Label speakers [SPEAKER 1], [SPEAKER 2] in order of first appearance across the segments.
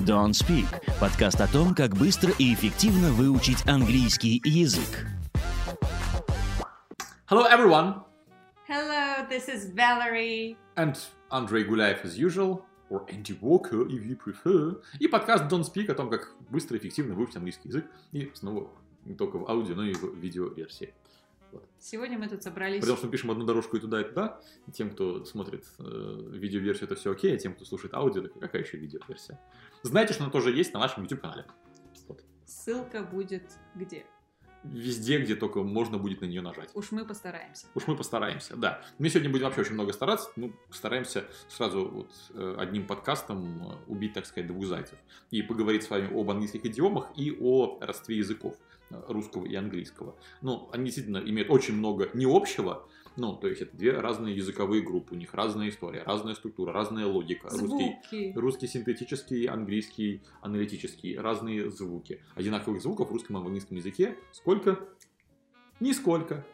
[SPEAKER 1] Don't Speak – подкаст о том, как быстро и эффективно выучить английский язык.
[SPEAKER 2] Hello, everyone,
[SPEAKER 3] Hello, this is Valerie.
[SPEAKER 2] and Andrei Gulaev as usual, or Andy Walker, if you prefer, и подкаст Don't Speak о том, как быстро и эффективно выучить английский язык, и снова не только в аудио, но и в видеоверсии.
[SPEAKER 3] Сегодня мы тут собрались.
[SPEAKER 2] Потому что мы пишем одну дорожку и туда, и туда. И тем, кто смотрит э, видеоверсию, это все окей, а тем, кто слушает аудио, так какая еще видеоверсия? Знаете, что она тоже есть на нашем YouTube-канале. Вот.
[SPEAKER 3] Ссылка будет где?
[SPEAKER 2] Везде, где только можно будет на нее нажать.
[SPEAKER 3] Уж мы постараемся.
[SPEAKER 2] Уж мы постараемся, да. Мы сегодня будем вообще очень много стараться. Ну, стараемся сразу вот э, одним подкастом э, убить, так сказать, двух зайцев. И поговорить с вами об английских идиомах и о родстве языков э, русского и английского. Ну, они действительно имеют очень много не общего, ну, то есть это две разные языковые группы, у них разная история, разная структура, разная логика. Русский
[SPEAKER 3] Звуки.
[SPEAKER 2] Русский синтетический, английский аналитический, разные звуки. Одинаковых звуков в русском и английском языке сколько? Нисколько.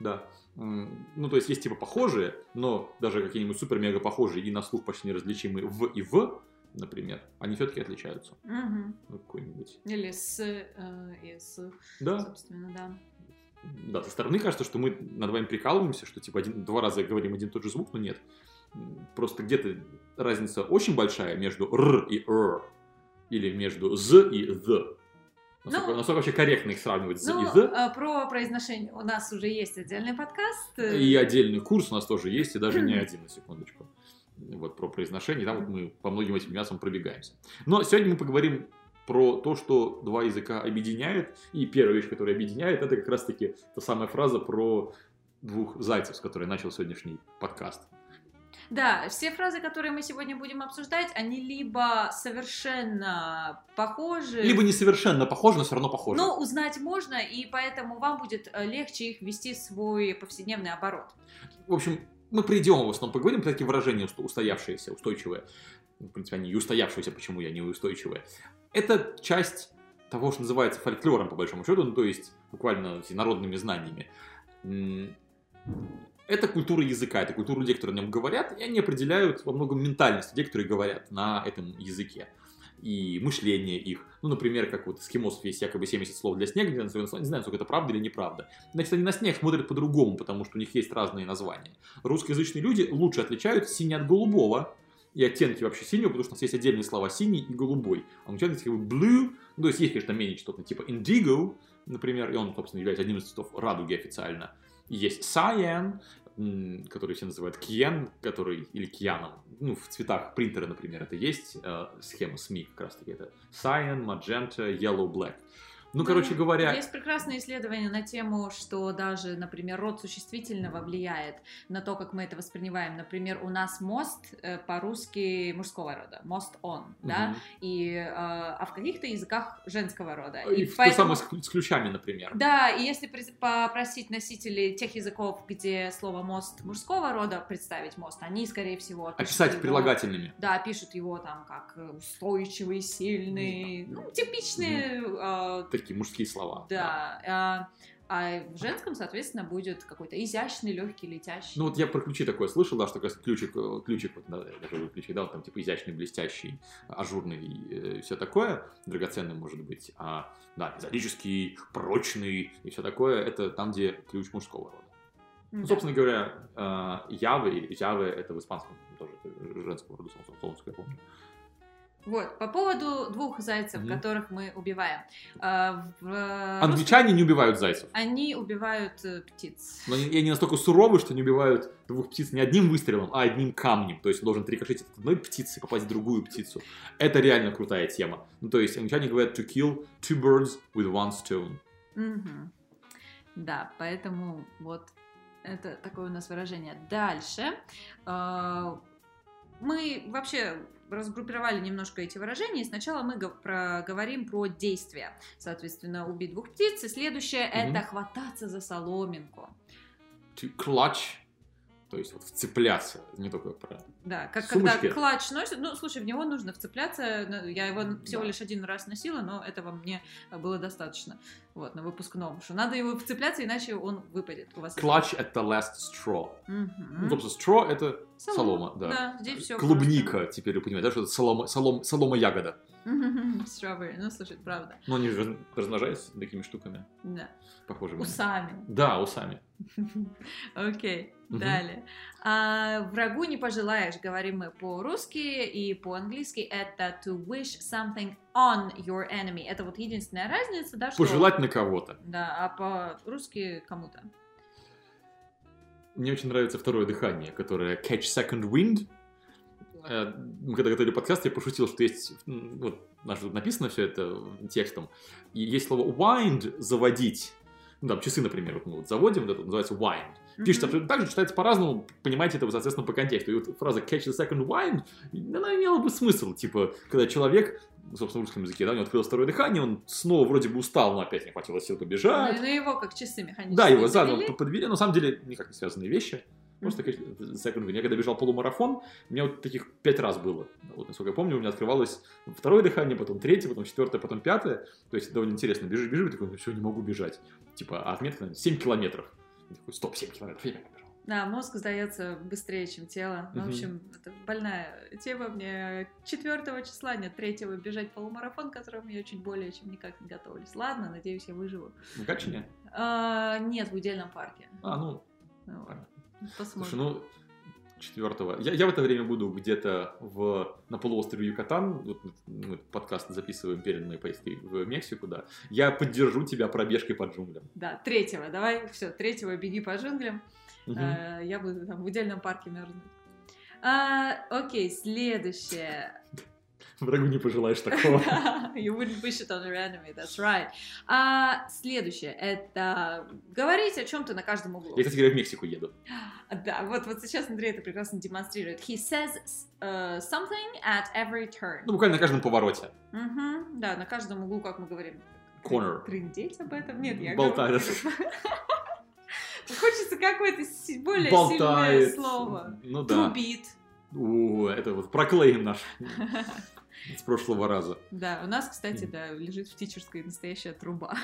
[SPEAKER 2] Да. М, Ну, то есть есть типа похожие, но даже какие-нибудь супер-мега похожие и на слух почти неразличимые в и в, например, они все-таки отличаются.
[SPEAKER 3] Мгм.
[SPEAKER 2] Ну, Какой-нибудь.
[SPEAKER 3] Или с э, и с,
[SPEAKER 2] Да.
[SPEAKER 3] собственно, да.
[SPEAKER 2] Да, со стороны кажется, что мы над вами прикалываемся, что типа один, два раза говорим один и тот же звук, но нет. М, Просто где-то разница очень большая между р и р, или между з и з. Насколько,
[SPEAKER 3] Ну,
[SPEAKER 2] насколько вообще корректно их сравнивать з и
[SPEAKER 3] Ну,
[SPEAKER 2] з.
[SPEAKER 3] э, про произношение у нас уже есть отдельный подкаст. э,
[SPEAKER 2] И отдельный курс у нас тоже есть, и даже не один, на секундочку. Вот про произношение, там вот мы по многим этим нюансам пробегаемся. Но сегодня мы поговорим про то, что два языка объединяет. И первая вещь, которая объединяет, это как раз-таки та самая фраза про двух зайцев, с которой начал сегодняшний подкаст.
[SPEAKER 3] Да, все фразы, которые мы сегодня будем обсуждать, они либо совершенно похожи,
[SPEAKER 2] Либо не совершенно похоже, но все равно похоже.
[SPEAKER 3] но узнать можно, и поэтому вам будет э, легче их ввести в свой повседневный оборот.
[SPEAKER 2] В общем, мы придем в основном поговорим про такие выражения уст- устоявшиеся, устойчивые. Ну, В принципе, они и устоявшиеся, почему я не устойчивые. Это часть того, что называется фольклором, по большому счету, ну, то есть буквально эти народными знаниями. М, Это культура языка, это культура людей, которые на нем говорят, и они определяют во многом ментальность людей, которые говорят на этом языке и мышление их. Ну, например, как вот эскимосов есть якобы 70 слов для снега, не знаю, насколько это правда или неправда. Значит, они на снег смотрят по-другому, потому что у них есть разные названия. Русскоязычные люди лучше отличают синий от голубого и оттенки вообще синего, потому что у нас есть отдельные слова синий и голубой. А у них есть как бы blue, ну, то есть есть, конечно, менее частотные, типа indigo, например, и он, собственно, является одним из цветов радуги официально. И Есть cyan, м, который все называют кьян, который, или кьяном, ну, в цветах принтера, например, это есть э, схема СМИ как раз-таки, это cyan, magenta, yellow, black. Ну, короче говоря,
[SPEAKER 3] Есть прекрасные исследования на тему, что даже, например, род существительного влияет на то, как мы это воспринимаем. Например, у нас мост э, по-русски мужского рода, мост он, да,
[SPEAKER 2] мгм.
[SPEAKER 3] и, э, а в каких-то языках женского рода.
[SPEAKER 2] И в то самое
[SPEAKER 3] поэтому-
[SPEAKER 2] с ключ- с ключами, например.
[SPEAKER 3] Да, и если при- попросить носителей тех языков, где слово мост мужского рода, представить мост, они, скорее всего, пишут
[SPEAKER 2] Описать
[SPEAKER 3] его-
[SPEAKER 2] прилагательными.
[SPEAKER 3] Да, пишут его там как э, устойчивый, сильный, ну, типичные э,
[SPEAKER 2] Такие мужские слова.
[SPEAKER 3] Да. А, а в женском, соответственно, будет какой-то изящный, легкий, летящий.
[SPEAKER 2] Ну вот я про ключи такое слышал, да, что как раз ключик, э, ключик, вот, да, я даже ключик, да, вот там типа изящный, блестящий, ажурный э, и все такое, драгоценный может быть, а, да, металлический, прочный и все такое, это там, где ключ мужского рода.
[SPEAKER 3] М,
[SPEAKER 2] Ну,
[SPEAKER 3] да.
[SPEAKER 2] собственно говоря, э, явы или явы, это в испанском тоже э, женского рода, солнце- солнце, я помню.
[SPEAKER 3] Вот, по поводу двух зайцев,
[SPEAKER 2] Мгм.
[SPEAKER 3] которых мы убиваем. А, в, э, русском-
[SPEAKER 2] Англичане не убивают зайцев.
[SPEAKER 3] Они убивают э, птиц.
[SPEAKER 2] Но они, они настолько суровы, что не убивают двух птиц не одним выстрелом, а одним камнем. То есть он должен трикошить от одной птицы и попасть в другую птицу. Это реально крутая тема. Ну, то есть англичане говорят to kill two birds with one stone.
[SPEAKER 3] Мгм. Да, поэтому вот это такое у нас выражение. Дальше. э, Мы вообще разгруппировали немножко эти выражения. И Сначала мы гов- проговорим про действия. Соответственно, убить двух птиц. И следующее
[SPEAKER 2] Мгм.
[SPEAKER 3] это хвататься за соломинку.
[SPEAKER 2] To clutch, то есть вот вцепляться. Не только про...
[SPEAKER 3] Да, как
[SPEAKER 2] Сумочки.
[SPEAKER 3] когда клатч носит. Ну, слушай, в него нужно вцепляться. ну, Я его всего
[SPEAKER 2] Да.
[SPEAKER 3] лишь один раз носила, но этого мне было достаточно. Вот, на выпускном. Что надо его вцепляться, иначе он выпадет у вас. из рук.
[SPEAKER 2] Clutch at the last straw.
[SPEAKER 3] Мгм.
[SPEAKER 2] Ну, собственно, straw это солома,
[SPEAKER 3] Солома,
[SPEAKER 2] да.
[SPEAKER 3] здесь все.
[SPEAKER 2] Клубника, теперь вы понимаете, да, что это солома, солом- солома-ягода.
[SPEAKER 3] Strawberry. Ну, слушай, правда.
[SPEAKER 2] Но они же размножаются такими штуками
[SPEAKER 3] Да.
[SPEAKER 2] похожими.
[SPEAKER 3] Усами.
[SPEAKER 2] Да, усами.
[SPEAKER 3] Окей,
[SPEAKER 2] Мгм.
[SPEAKER 3] далее. А, врагу не пожелаешь, говорим мы по-русски и по-английски. Это to wish something on your enemy. Это вот единственная разница, да? что-
[SPEAKER 2] Пожелать на кого-то.
[SPEAKER 3] Да, а по-русски кому-то.
[SPEAKER 2] Мне очень нравится второе дыхание, которое Catch Second Wind. Э, Мы когда готовили подкаст, я пошутил, что есть, м, вот, у нас же тут написано все это текстом, и есть слово wind, заводить, ну, там, часы, например, вот мы вот заводим, вот это называется wind, Пишется
[SPEAKER 3] Мгм.
[SPEAKER 2] абсолютно так же, читается по-разному, понимаете это, соответственно, по контексту. И вот фраза catch the second wind, она имела бы смысл, типа, когда человек, собственно, в русском языке, да, у него открылось второе дыхание, он снова вроде бы устал, но опять не хватило сил
[SPEAKER 3] Ну,
[SPEAKER 2] побежать.
[SPEAKER 3] ну, его как часы механические.
[SPEAKER 2] Да, его
[SPEAKER 3] завели.
[SPEAKER 2] заново п- подвели, но на самом деле никак не связанные вещи. Просто catch the second wind. Я когда бежал полумарафон, у меня вот таких пять раз было. Вот, насколько я помню, у меня открывалось второе дыхание, потом третье, потом четвертое, потом пятое. То есть довольно интересно. Бежишь, бежишь, и такой, все, не могу бежать. Типа, а отметка, наверное, 7 километров. Я такой, стоп, 7 километров, я побежал.
[SPEAKER 3] Да, мозг сдается быстрее, чем тело. Ну, В
[SPEAKER 2] Мгм.
[SPEAKER 3] общем, это больная тема. Мне 4 числа, нет, 3 бежать полумарафон, к которому я чуть более чем никак не готовлюсь. Ладно, надеюсь, я выживу.
[SPEAKER 2] Ну, как же не?
[SPEAKER 3] А, нет, в удельном парке.
[SPEAKER 2] А, ну,
[SPEAKER 3] Ну,
[SPEAKER 2] Понятно. слушай,
[SPEAKER 3] Посмотрим.
[SPEAKER 2] ну, четвертого. Я, я в это время буду где-то в, на полуострове Юкатан. Вот мы подкаст записываем перед моей поездкой в Мексику, да. Я поддержу тебя пробежкой по джунглям.
[SPEAKER 3] Да, третьего, давай, все, третьего беги по джунглям.
[SPEAKER 2] Мгм.
[SPEAKER 3] А, я буду там в удельном парке мерзнуть. А, окей, следующее.
[SPEAKER 2] Врагу не пожелаешь такого.
[SPEAKER 3] You wouldn't wish it on your enemy, that's right. А, следующее это говорить о чем-то на каждом углу.
[SPEAKER 2] Я, кстати говоря, в Мексику еду.
[SPEAKER 3] Да, вот, вот сейчас Андрей это прекрасно демонстрирует. He says э, something at every turn.
[SPEAKER 2] Ну, буквально на каждом повороте.
[SPEAKER 3] Мгм, да, на каждом углу, как мы говорим.
[SPEAKER 2] Corner.
[SPEAKER 3] Трындеть об этом? Нет, я
[SPEAKER 2] Болтает.
[SPEAKER 3] говорю. Хочется какое-то си- более сильное
[SPEAKER 2] Болтает.
[SPEAKER 3] слово.
[SPEAKER 2] Ну да.
[SPEAKER 3] Трубит.
[SPEAKER 2] У, это вот проклейм наш с прошлого раза.
[SPEAKER 3] Да, у нас, кстати,
[SPEAKER 2] Мгм.
[SPEAKER 3] да, лежит в тичерской настоящая труба.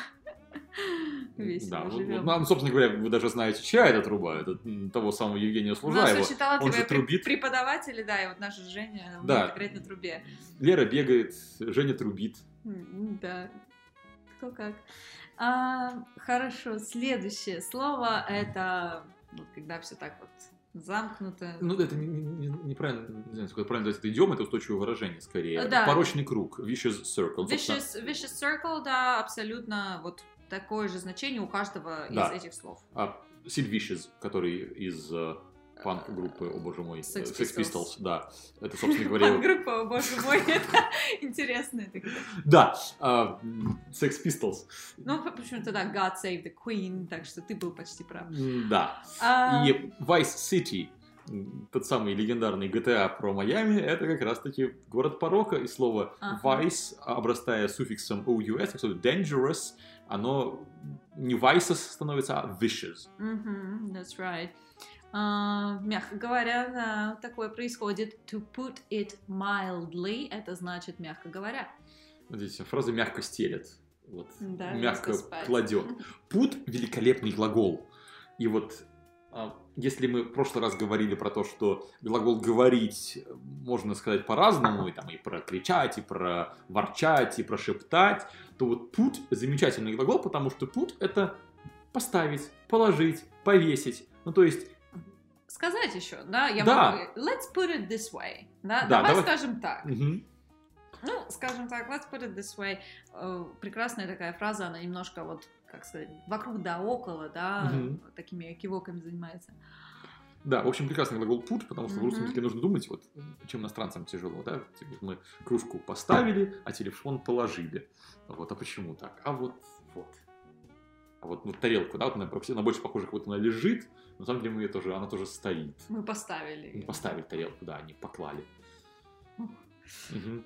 [SPEAKER 3] Весело
[SPEAKER 2] Да, вот- вот
[SPEAKER 3] живем.
[SPEAKER 2] нам, собственно говоря, вы даже знаете, чья это труба. Это м, того самого Евгения
[SPEAKER 3] У нас
[SPEAKER 2] Служаева.
[SPEAKER 3] очень талантливые
[SPEAKER 2] же
[SPEAKER 3] пре-
[SPEAKER 2] трубит.
[SPEAKER 3] преподаватели, да, и вот наша Женя
[SPEAKER 2] Да.
[SPEAKER 3] умеет играть на трубе.
[SPEAKER 2] Лера бегает, Женя трубит.
[SPEAKER 3] М, Да. Кто как. А, хорошо, следующее слово это вот когда все так вот замкнуто.
[SPEAKER 2] Ну, это не- не- не- неправильно, не знаю, сколько правильно называется, это идиом, это устойчивое выражение скорее.
[SPEAKER 3] Да.
[SPEAKER 2] Порочный круг, vicious circle. собственно.
[SPEAKER 3] Vicious, vicious circle, да, абсолютно вот такое же значение у каждого из
[SPEAKER 2] Да.
[SPEAKER 3] этих слов.
[SPEAKER 2] А Sid Vicious, который из э, панк-группы, о боже мой, э,
[SPEAKER 3] Sex
[SPEAKER 2] Sex
[SPEAKER 3] Pistols.
[SPEAKER 2] Pistols, да. Это, собственно говоря, его-
[SPEAKER 3] Группа, о боже мой, это интересно.
[SPEAKER 2] да, а, м, Sex Pistols,
[SPEAKER 3] Ну, п- почему-то да, God Save the Queen, так что ты был почти прав.
[SPEAKER 2] М, да.
[SPEAKER 3] А,
[SPEAKER 2] И Vice City, м, тот самый легендарный GTA про Майами, это как раз-таки город порока, и слово
[SPEAKER 3] Ага.
[SPEAKER 2] vice, обрастая суффиксом ous, как слово dangerous, оно не vices становится, а vicious.
[SPEAKER 3] мгм, that's right. А, мягко говоря, да, такое происходит. To put it mildly, это значит мягко говоря.
[SPEAKER 2] Вот Здесь фраза мягко стелет, вот,
[SPEAKER 3] Да,
[SPEAKER 2] мягко
[SPEAKER 3] жестко спать.
[SPEAKER 2] кладет. Put – великолепный глагол. И вот а, если мы в прошлый раз говорили про то, что глагол «говорить» можно сказать по-разному, и там и про кричать, и про ворчать, и про шептать, то вот put – замечательный глагол, потому что put – это поставить, положить, повесить. Ну, то есть,
[SPEAKER 3] Сказать еще, да? Я
[SPEAKER 2] Да.
[SPEAKER 3] могу- Let's put it this way. Да,
[SPEAKER 2] Да,
[SPEAKER 3] давай,
[SPEAKER 2] давай.
[SPEAKER 3] скажем так.
[SPEAKER 2] мгм,
[SPEAKER 3] Ну, скажем так, let's put it this way. Э, Прекрасная такая фраза, она немножко вот, как сказать, вокруг да около, да,
[SPEAKER 2] Мгм.
[SPEAKER 3] вот такими кивоками занимается.
[SPEAKER 2] да, в общем, прекрасный глагол put, потому что в русском
[SPEAKER 3] Мгм.
[SPEAKER 2] языке нужно думать, вот, чем иностранцам тяжело, да? Типа, вот мы кружку поставили, а телефон положили. Вот, а почему так? А вот, вот. А вот ну, тарелку, да, вот она, вообще, она больше похожа, как будто она лежит, но на самом деле мы ее тоже, она тоже стоит.
[SPEAKER 3] Мы поставили.
[SPEAKER 2] Мы
[SPEAKER 3] её.
[SPEAKER 2] поставили тарелку, да, они поклали.
[SPEAKER 3] Ух.
[SPEAKER 2] Мгм.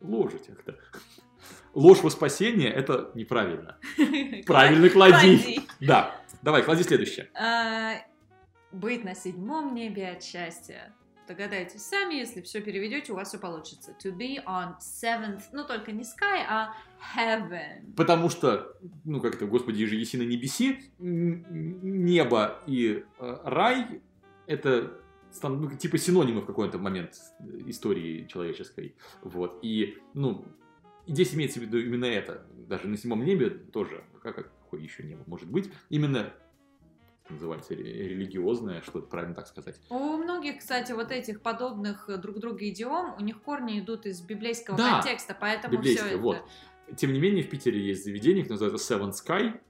[SPEAKER 2] Ложить их-то. Ложь во спасение – это неправильно. Правильно клади.
[SPEAKER 3] Клади.
[SPEAKER 2] Да. Давай, клади следующее.
[SPEAKER 3] А, Быть на седьмом небе от счастья. Догадайтесь сами, если все переведете, у вас все получится. To be on seventh, ну только не sky, а heaven.
[SPEAKER 2] Потому что, ну как это, Господи, же еси на небеси, н- н- небо и э, рай – это стан- ну, типа синонимы в какой-то момент истории человеческой. Вот. И, ну, И здесь имеется в виду именно это. Даже на седьмом небе тоже, как, какое еще небо может быть, именно это называется ре- религиозное, что это правильно так сказать.
[SPEAKER 3] У многих, кстати, вот этих подобных друг другу идиом, у них корни идут из библейского
[SPEAKER 2] Да,
[SPEAKER 3] контекста, поэтому
[SPEAKER 2] библейское,
[SPEAKER 3] все это...
[SPEAKER 2] вот. Тем не менее, в Питере есть заведение, которое называется Seven Sky,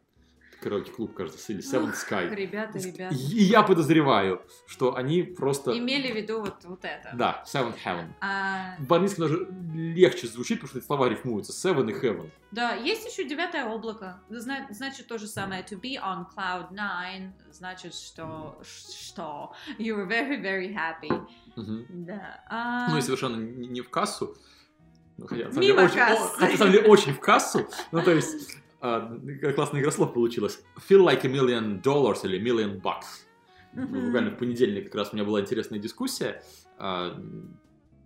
[SPEAKER 2] караоке-клуб, кажется, или Seven
[SPEAKER 3] Ух,
[SPEAKER 2] Sky.
[SPEAKER 3] Ребята, ребята.
[SPEAKER 2] И я подозреваю, что они просто...
[SPEAKER 3] Имели в виду вот, вот это.
[SPEAKER 2] Да, Seven Heaven.
[SPEAKER 3] А,
[SPEAKER 2] По-английски даже легче звучит, потому что эти слова рифмуются. Seven и Heaven.
[SPEAKER 3] да, есть еще девятое облако. Зна- Значит то же самое. To be on cloud nine значит, что... Что? You were very, very happy.
[SPEAKER 2] Мгм.
[SPEAKER 3] Да. А,
[SPEAKER 2] Ну и совершенно не не в кассу. Ну, хотя, на самом
[SPEAKER 3] Мимо
[SPEAKER 2] деле, очень,
[SPEAKER 3] кассы.
[SPEAKER 2] о- хотя, на самом деле, очень в кассу. Ну, то есть, а, какая классная игра слов получилась. Feel like a million dollars или million bucks. Ну,
[SPEAKER 3] мгм.
[SPEAKER 2] Буквально в понедельник как раз у меня была интересная дискуссия. А, м,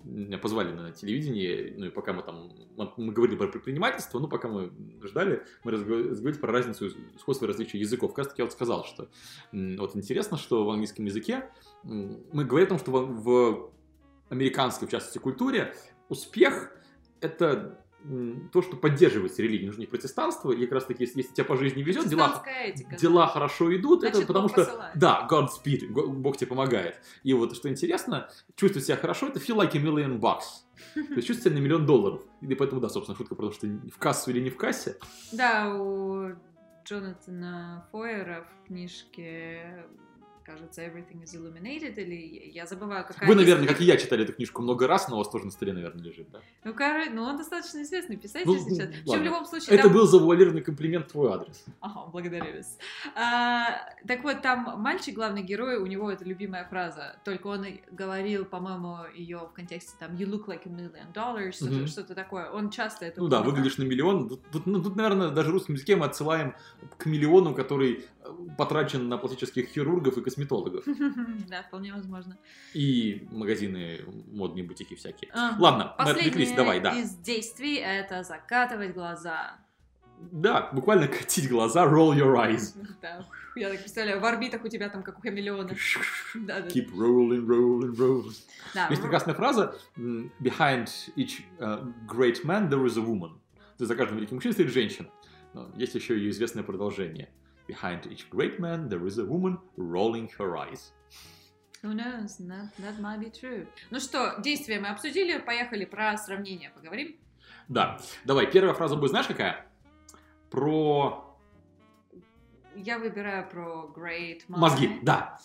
[SPEAKER 2] Меня позвали на телевидение, ну и пока мы там... мы- Мы говорили про предпринимательство, ну пока мы ждали, мы разго- разговаривали про разницу, сходство и различие языков. Как раз таки я вот сказал, что м, вот интересно, что в английском языке м, мы говорим о том, что в, в американской, в частности, культуре успех — это м, то, что поддерживается религией, нужно не протестанство, и как раз таки, если, если тебя по жизни везет, дела,
[SPEAKER 3] Христианская этика.
[SPEAKER 2] дела хорошо идут,
[SPEAKER 3] Значит,
[SPEAKER 2] это потому
[SPEAKER 3] Бог
[SPEAKER 2] что
[SPEAKER 3] посылает.
[SPEAKER 2] да, Godspeed, Го- Бог тебе помогает. И вот что интересно, чувствовать себя хорошо, это feel like a million bucks. То есть чувствовать себя на миллион долларов. И поэтому, да, собственно, шутка про то, что в кассу или не в кассе.
[SPEAKER 3] Да, у Джонатана Фойера в книжке кажется, Everything is Illuminated, или я забываю, какая...
[SPEAKER 2] Вы,
[SPEAKER 3] из-
[SPEAKER 2] наверное, как и я, читали эту книжку много раз, но у вас тоже на столе, наверное, лежит, да?
[SPEAKER 3] Ну, короче, ну, он достаточно известный писатель
[SPEAKER 2] Ну,
[SPEAKER 3] сейчас.
[SPEAKER 2] ну,
[SPEAKER 3] В общем,
[SPEAKER 2] ладно.
[SPEAKER 3] в любом случае...
[SPEAKER 2] Это
[SPEAKER 3] там-
[SPEAKER 2] был завуалированный комплимент в твой адрес.
[SPEAKER 3] Ага, благодарю вас. А, так вот, там мальчик, главный герой, у него это любимая фраза. Только он и говорил, по-моему, ее в контексте там «You look like a million dollars», что-то,
[SPEAKER 2] Мгм.
[SPEAKER 3] что-то такое. Он часто это...
[SPEAKER 2] Ну да,
[SPEAKER 3] упоминал.
[SPEAKER 2] выглядишь на миллион. Тут, тут, ну, тут, наверное, даже в русском языке мы отсылаем к миллиону, который э, потрачен на пластических хирургов и косметологов.
[SPEAKER 3] Да, вполне возможно.
[SPEAKER 2] И магазины, модные бутики всякие.
[SPEAKER 3] Ага.
[SPEAKER 2] Ладно, мы отвлеклись,
[SPEAKER 3] А, Последнее
[SPEAKER 2] давай, да.
[SPEAKER 3] из действий — это закатывать глаза.
[SPEAKER 2] Да, буквально катить глаза, roll your eyes.
[SPEAKER 3] Да, ух, я так представляю, в орбитах у тебя там как у хамелеона. Да, да,
[SPEAKER 2] Keep rolling, rolling, rolling.
[SPEAKER 3] да. ну,
[SPEAKER 2] Есть прекрасная фраза м, Behind each э, great man there is a woman. То есть за каждым великим мужчиной стоит женщина. Но есть еще ее известное продолжение. Behind each great man there is a woman rolling her eyes.
[SPEAKER 3] Who knows, that, that might be true. Ну что, действия мы обсудили, поехали про сравнение поговорим.
[SPEAKER 2] Да, давай, первая фраза будет, знаешь какая? Про
[SPEAKER 3] Я выбираю про Great Mind.
[SPEAKER 2] мозги, да.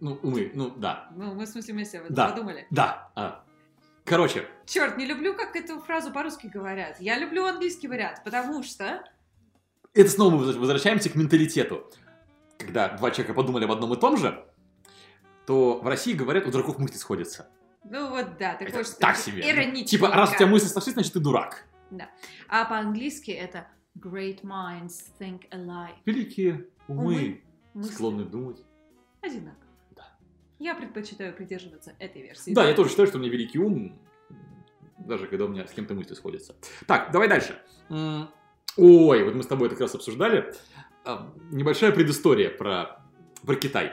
[SPEAKER 2] Ну, умы, ну, да,
[SPEAKER 3] Ну, мы в смысле вместе об этом
[SPEAKER 2] Да.
[SPEAKER 3] подумали.
[SPEAKER 2] да. а. Короче,
[SPEAKER 3] Черт, не люблю, как эту фразу по-русски говорят. Я люблю английский вариант, потому что...
[SPEAKER 2] Это снова мы возвращаемся к менталитету. Когда два человека подумали об одном и том же, то в России говорят, у дураков мысли сходятся.
[SPEAKER 3] Ну вот да, такое
[SPEAKER 2] Это
[SPEAKER 3] что
[SPEAKER 2] так себе.
[SPEAKER 3] ироничненько.
[SPEAKER 2] Типа, раз у тебя мысли сошлись, значит ты дурак.
[SPEAKER 3] А по-английски это Great minds think alike.
[SPEAKER 2] Великие умы,
[SPEAKER 3] Мысли
[SPEAKER 2] склонны думать.
[SPEAKER 3] Одинаково.
[SPEAKER 2] Да.
[SPEAKER 3] Я предпочитаю придерживаться этой версии.
[SPEAKER 2] Да, я тоже считаю, что у меня великий ум, даже когда у меня с кем-то мысли сходятся. Так, давай дальше. М, Ой, вот мы с тобой это как раз обсуждали. А, Небольшая предыстория про, про Китай.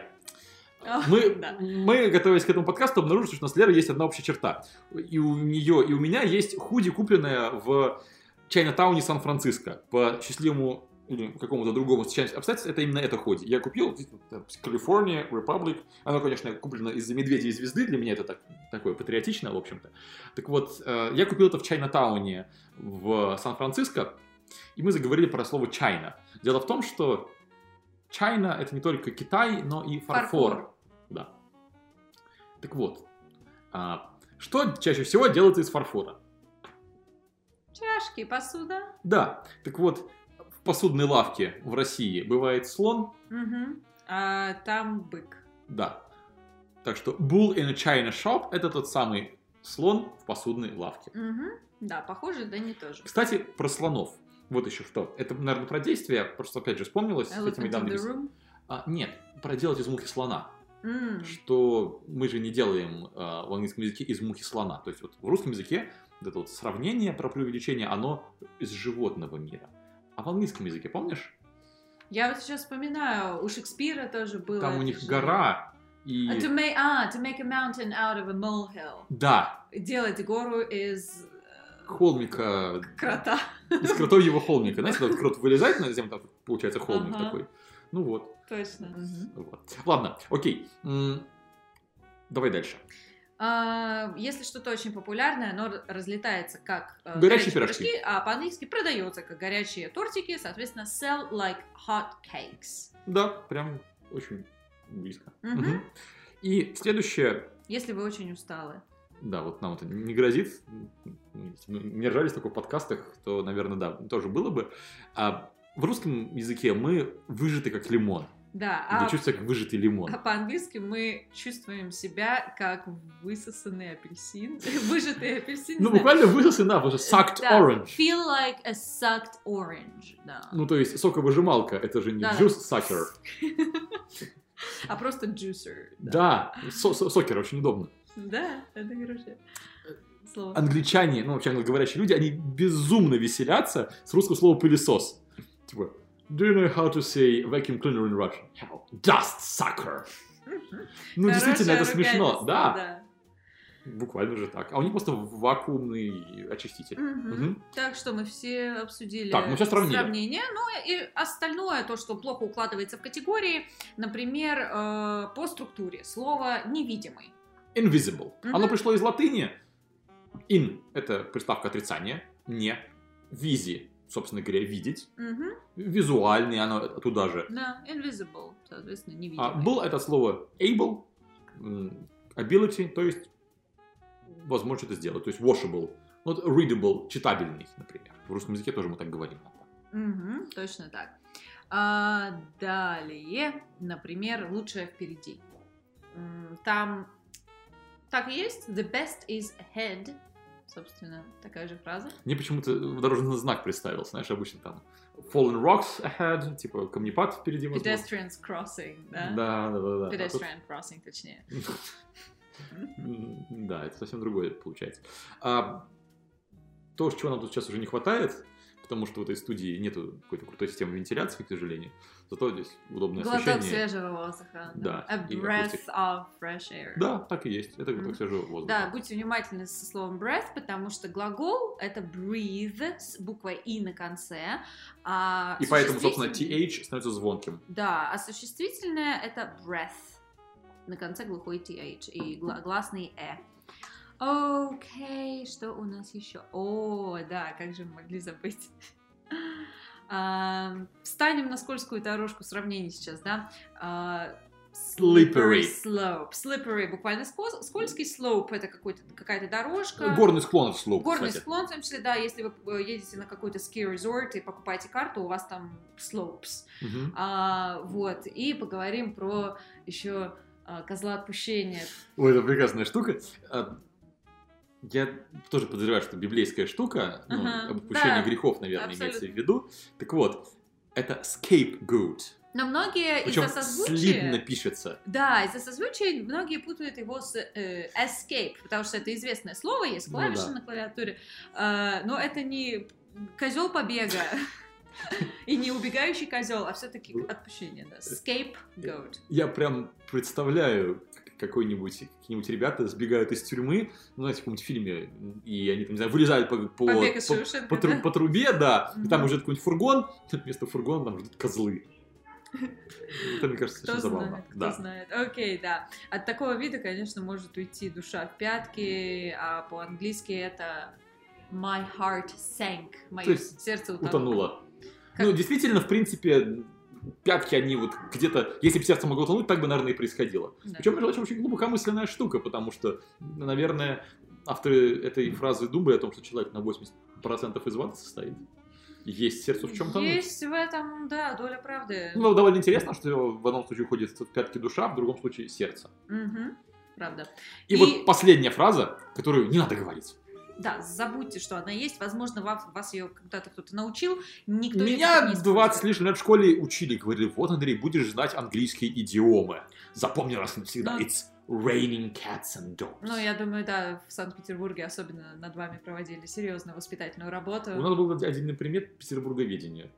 [SPEAKER 3] О,
[SPEAKER 2] Мы,
[SPEAKER 3] да.
[SPEAKER 2] мы, готовясь к этому подкасту, обнаружили, что у нас с Лерой есть одна общая черта. И у нее, и у меня есть худи, купленная в Чайнатауне Сан-Франциско. По счастливому или какому-то другому сочетанию обстоятельств, это именно это худи. Я купил здесь, вот, там, California Republic. Оно, конечно, куплено из-за медведя и звезды. Для меня это так, такое патриотично, в общем-то. Так вот, э, я купил это в Чайнатауне в Сан-Франциско. И мы заговорили про слово «чайна». Дело в том, что Чайна — это не только Китай, но и фарфор. Да. Так вот, а, что чаще всего делается из фарфора?
[SPEAKER 3] Чашки, посуда.
[SPEAKER 2] Да, так вот, в посудной лавке в России бывает слон,
[SPEAKER 3] Мгм. А, там бык.
[SPEAKER 2] да. Так что bull in a china shop — это тот самый слон в посудной лавке.
[SPEAKER 3] Мгм. Да, похоже, да не тоже.
[SPEAKER 2] Кстати, про слонов. Вот еще что. Это, наверное, про действие, просто опять же вспомнилось. с этими
[SPEAKER 3] Elephant in the
[SPEAKER 2] данными.
[SPEAKER 3] room.
[SPEAKER 2] А, нет, про делать из мухи слона.
[SPEAKER 3] М.
[SPEAKER 2] что мы же не делаем э, в английском языке из мухи слона. То есть вот в русском языке вот это вот сравнение про преувеличение, оно из животного мира. А в английском языке, помнишь?
[SPEAKER 3] Я вот сейчас вспоминаю, у Шекспира тоже было.
[SPEAKER 2] Там у
[SPEAKER 3] это
[SPEAKER 2] них
[SPEAKER 3] же.
[SPEAKER 2] гора и...
[SPEAKER 3] А, to make, а, to make a mountain out of a molehill.
[SPEAKER 2] Да,
[SPEAKER 3] Делать гору из э,
[SPEAKER 2] холмика,
[SPEAKER 3] Крота.
[SPEAKER 2] из кротовьего холмика. Знаете, когда крот вылезает на землю, там получается холмик
[SPEAKER 3] Ага.
[SPEAKER 2] такой. Ну вот,
[SPEAKER 3] Точно. Мгм.
[SPEAKER 2] вот. Ладно, окей. М, Давай дальше.
[SPEAKER 3] А, Если что-то очень популярное, оно р- разлетается как э,
[SPEAKER 2] Горячие
[SPEAKER 3] а по-английски продается как горячие тортики, соответственно, sell like hot cakes.
[SPEAKER 2] Да, прям очень близко.
[SPEAKER 3] Мгм.
[SPEAKER 2] Мгм. И следующее,
[SPEAKER 3] Если вы очень усталы.
[SPEAKER 2] Да, вот нам это не грозит. Ну, Если бы мы не ржались в таких подкастах, то, наверное, да, тоже было бы. А в русском языке мы выжаты как лимон.
[SPEAKER 3] Да,
[SPEAKER 2] Мы
[SPEAKER 3] а,
[SPEAKER 2] чувствуем себя как выжатый лимон.
[SPEAKER 3] а по-английски мы чувствуем себя как высосанный апельсин, выжатый апельсин. не
[SPEAKER 2] Ну,
[SPEAKER 3] знаю.
[SPEAKER 2] буквально высосы на, уже sucked
[SPEAKER 3] Да,
[SPEAKER 2] orange.
[SPEAKER 3] Feel like a sucked orange, да.
[SPEAKER 2] Ну, то есть соковыжималка, это же не
[SPEAKER 3] Да.
[SPEAKER 2] juice sucker.
[SPEAKER 3] А просто juicer.
[SPEAKER 2] Да, со- со- сокер очень удобно.
[SPEAKER 3] Да, это хорошее слово.
[SPEAKER 2] Англичане, ну, вообще англоговорящие люди, они безумно веселятся с русского слова пылесос. Типа, do you know how to say vacuum cleaner in Russian? Hell, Dust sucker.
[SPEAKER 3] Мгм.
[SPEAKER 2] Ну, действительно, это
[SPEAKER 3] Хорошее
[SPEAKER 2] смешно,
[SPEAKER 3] ругательство,
[SPEAKER 2] да. Буквально же так. А у них просто вакуумный очиститель.
[SPEAKER 3] Мгм.
[SPEAKER 2] Мгм.
[SPEAKER 3] Так что мы все обсудили
[SPEAKER 2] Так, мы всё сравнили.
[SPEAKER 3] сравнение. Ну и остальное, то, что плохо укладывается в категории, например, э, по структуре слово «невидимый».
[SPEAKER 2] Invisible.
[SPEAKER 3] Мгм.
[SPEAKER 2] Оно пришло из латыни. In — это приставка отрицания. Не. Визи, собственно говоря, видеть.
[SPEAKER 3] Мгм.
[SPEAKER 2] Визуальный, оно туда же.
[SPEAKER 3] Да, invisible, соответственно, невидимый.
[SPEAKER 2] А был это слово able, м, ability, то есть возможно что-то сделать. То есть washable. Ну, Вот readable, читабельный, например. В русском языке тоже мы так говорим. иногда.
[SPEAKER 3] Мгм, точно так. А, далее, например, лучшее впереди. М, Там так и есть. The best is ahead. Собственно, такая же фраза.
[SPEAKER 2] Мне почему-то дорожный знак представился, знаешь, обычно там fallen rocks ahead, типа камнепад впереди, возможно.
[SPEAKER 3] Pedestrians crossing, да?
[SPEAKER 2] Да, да, да, да. А тут-
[SPEAKER 3] Pedestrian crossing, точнее.
[SPEAKER 2] М, Да, это совсем другое получается. А то, чего нам тут сейчас уже не хватает, потому что в этой студии нету какой-то крутой системы вентиляции, к сожалению. Зато здесь удобное
[SPEAKER 3] Глоток
[SPEAKER 2] освещение.
[SPEAKER 3] свежего воздуха.
[SPEAKER 2] Да,
[SPEAKER 3] A
[SPEAKER 2] и
[SPEAKER 3] breath
[SPEAKER 2] акустика.
[SPEAKER 3] of fresh air.
[SPEAKER 2] Да, так и есть. Это
[SPEAKER 3] Мгм.
[SPEAKER 2] глоток свежего
[SPEAKER 3] Да,
[SPEAKER 2] воздуха.
[SPEAKER 3] будьте внимательны со словом breath, потому что глагол это breathe с буквой и на конце. а
[SPEAKER 2] И поэтому, собственно,
[SPEAKER 3] существительное-
[SPEAKER 2] TH становится звонким.
[SPEAKER 3] Да, а существительное это breath. На конце глухой th и гла- гласный э. Окей, что у нас еще? О, да, как же мы могли забыть. Ам, Встанем на скользкую дорожку сравнений сейчас, да? А,
[SPEAKER 2] Slippery.
[SPEAKER 3] slope. Slippery буквально скоз- скользкий slope это какой-то, какая-то дорожка.
[SPEAKER 2] Горный склон слух,
[SPEAKER 3] Горный
[SPEAKER 2] кстати.
[SPEAKER 3] склон, в том числе, да, если вы э, едете на какой-то ски-резорт и покупаете карту, у вас там slopes.
[SPEAKER 2] Мгм.
[SPEAKER 3] А, вот, и поговорим про еще а, козла отпущения.
[SPEAKER 2] Ой, это прекрасная штука. А, Я тоже подозреваю, что библейская штука, ну,
[SPEAKER 3] Ага,
[SPEAKER 2] об отпущении
[SPEAKER 3] да,
[SPEAKER 2] грехов, наверное, имеется в
[SPEAKER 3] абсолютно.
[SPEAKER 2] виду. Так вот, это scapegoat.
[SPEAKER 3] Но многие
[SPEAKER 2] Причем
[SPEAKER 3] из-за
[SPEAKER 2] слитно
[SPEAKER 3] созвучия...
[SPEAKER 2] пишется.
[SPEAKER 3] Да, из-за созвучия многие путают его с э, escape, потому что это известное слово, есть
[SPEAKER 2] Ну
[SPEAKER 3] клавиши
[SPEAKER 2] да.
[SPEAKER 3] на клавиатуре, А, но это не козел побега и не убегающий козел, а все-таки
[SPEAKER 2] Ну,
[SPEAKER 3] отпущение,
[SPEAKER 2] э,
[SPEAKER 3] да, scapegoat.
[SPEAKER 2] Я прям представляю, как какой-нибудь, какие-нибудь ребята сбегают из тюрьмы, ну, знаете, в каком-нибудь фильме, и они там, не знаю, вылезают по, по,
[SPEAKER 3] Побег из
[SPEAKER 2] по-
[SPEAKER 3] Шоушенка,
[SPEAKER 2] по тру-
[SPEAKER 3] да?
[SPEAKER 2] по трубе, да, и там
[SPEAKER 3] Мгм.
[SPEAKER 2] уже какой-нибудь фургон, вместо фургона там ждут козлы. Это, мне кажется,
[SPEAKER 3] Кто
[SPEAKER 2] очень забавно.
[SPEAKER 3] знает, кто
[SPEAKER 2] Да.
[SPEAKER 3] знает. Окей, да. От такого вида, конечно, может уйти душа в пятки, а по-английски это my heart sank, мое
[SPEAKER 2] То есть
[SPEAKER 3] сердце утонуло.
[SPEAKER 2] Утонула.
[SPEAKER 3] Как-
[SPEAKER 2] Ну, действительно, в принципе, пятки, они вот где-то, если бы сердце могло утонуть, так бы, наверное, и происходило.
[SPEAKER 3] Да.
[SPEAKER 2] Причем, между прочим, очень глубокомысленная штука, потому что, наверное, авторы этой фразы думали о том, что человек на 80% из воды состоит. И Есть сердце в чем-то.
[SPEAKER 3] Есть в этом, да, доля правды.
[SPEAKER 2] Ну, довольно интересно, что в одном случае уходит в пятки душа, а в другом случае сердце.
[SPEAKER 3] Мгм, Правда.
[SPEAKER 2] И,
[SPEAKER 3] И-
[SPEAKER 2] вот последняя фраза, которую не надо говорить.
[SPEAKER 3] Да, забудьте, что она есть. Возможно, вас, вас ее когда-то кто-то научил. Никто её
[SPEAKER 2] Меня
[SPEAKER 3] так не
[SPEAKER 2] 20
[SPEAKER 3] использует.
[SPEAKER 2] лишних лет в школе учили, говорили, вот, Андрей, будешь знать английские идиомы. Запомни раз и навсегда.
[SPEAKER 3] Ну.
[SPEAKER 2] It's raining cats and dogs.
[SPEAKER 3] Ну, я думаю, да, в Санкт-Петербурге особенно над вами проводили серьезную воспитательную работу.
[SPEAKER 2] У нас был один предмет петербурговедения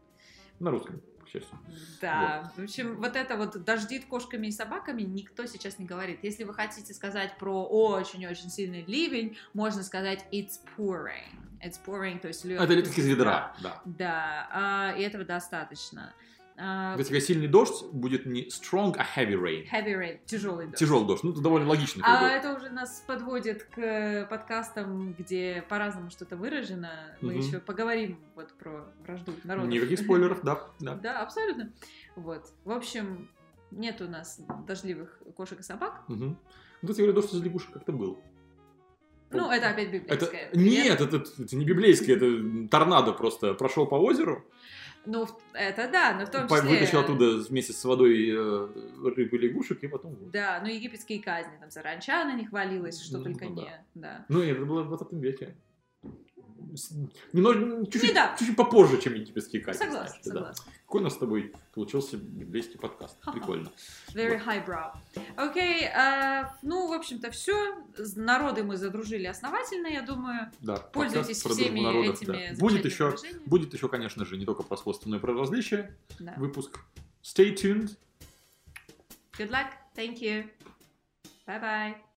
[SPEAKER 2] на русском. честно.
[SPEAKER 3] Да, в общем, вот это вот дождит кошками и собаками никто сейчас не говорит. Если вы хотите сказать про очень-очень сильный ливень, можно сказать it's pouring. It's pouring, то есть льет.
[SPEAKER 2] А Это летит из ведра, да.
[SPEAKER 3] Да, а, и этого достаточно. А,
[SPEAKER 2] Если у тебя сильный дождь, будет не strong, а heavy rain.
[SPEAKER 3] heavy rain, тяжелый дождь.
[SPEAKER 2] Тяжелый дождь. Ну, это довольно логично. как
[SPEAKER 3] А
[SPEAKER 2] бы.
[SPEAKER 3] это уже нас подводит к э, подкастам, где по-разному что-то выражено. Мы
[SPEAKER 2] Мгм.
[SPEAKER 3] еще поговорим вот про вражду народов.
[SPEAKER 2] Никаких спойлеров, да, да.
[SPEAKER 3] Да, абсолютно. Вот. В общем, нет у нас дождливых кошек и собак.
[SPEAKER 2] Мгм. Ну, Кстати говоря, дождь из лягушек как-то был.
[SPEAKER 3] Ну, это опять
[SPEAKER 2] Это...
[SPEAKER 3] библейское.
[SPEAKER 2] Нет, это, это не библейский, это торнадо просто прошел по озеру,
[SPEAKER 3] Ну, в- это да, но в том
[SPEAKER 2] по-
[SPEAKER 3] числе... э,
[SPEAKER 2] вытащил оттуда вместе с водой э, рыб и лягушек, и потом...
[SPEAKER 3] Да, ну, египетские казни, там, Саранчана не хвалилась, что
[SPEAKER 2] Ну, да.
[SPEAKER 3] только не. Да.
[SPEAKER 2] Ну, нет, это было в 20 веке. С- Немного, чуть-чуть,
[SPEAKER 3] Недавно.
[SPEAKER 2] чуть-чуть попозже, чем египетские кайфы.
[SPEAKER 3] Согласна, согласна.
[SPEAKER 2] Какой у нас с тобой получился библейский подкаст. Прикольно.
[SPEAKER 3] Very highbrow. Окей, а, ну, в общем-то, все. Народы мы задружили основательно, я думаю.
[SPEAKER 2] Да, подкаст
[SPEAKER 3] Пользуйтесь
[SPEAKER 2] про дружбу
[SPEAKER 3] всеми
[SPEAKER 2] народов, да.
[SPEAKER 3] этими
[SPEAKER 2] Будет
[SPEAKER 3] замечательными
[SPEAKER 2] еще,
[SPEAKER 3] выражениями.
[SPEAKER 2] будет еще, конечно же, не только про сходство, но и про различия.
[SPEAKER 3] Да.
[SPEAKER 2] Выпуск. Stay tuned.
[SPEAKER 3] Good luck. Thank you. Bye-bye.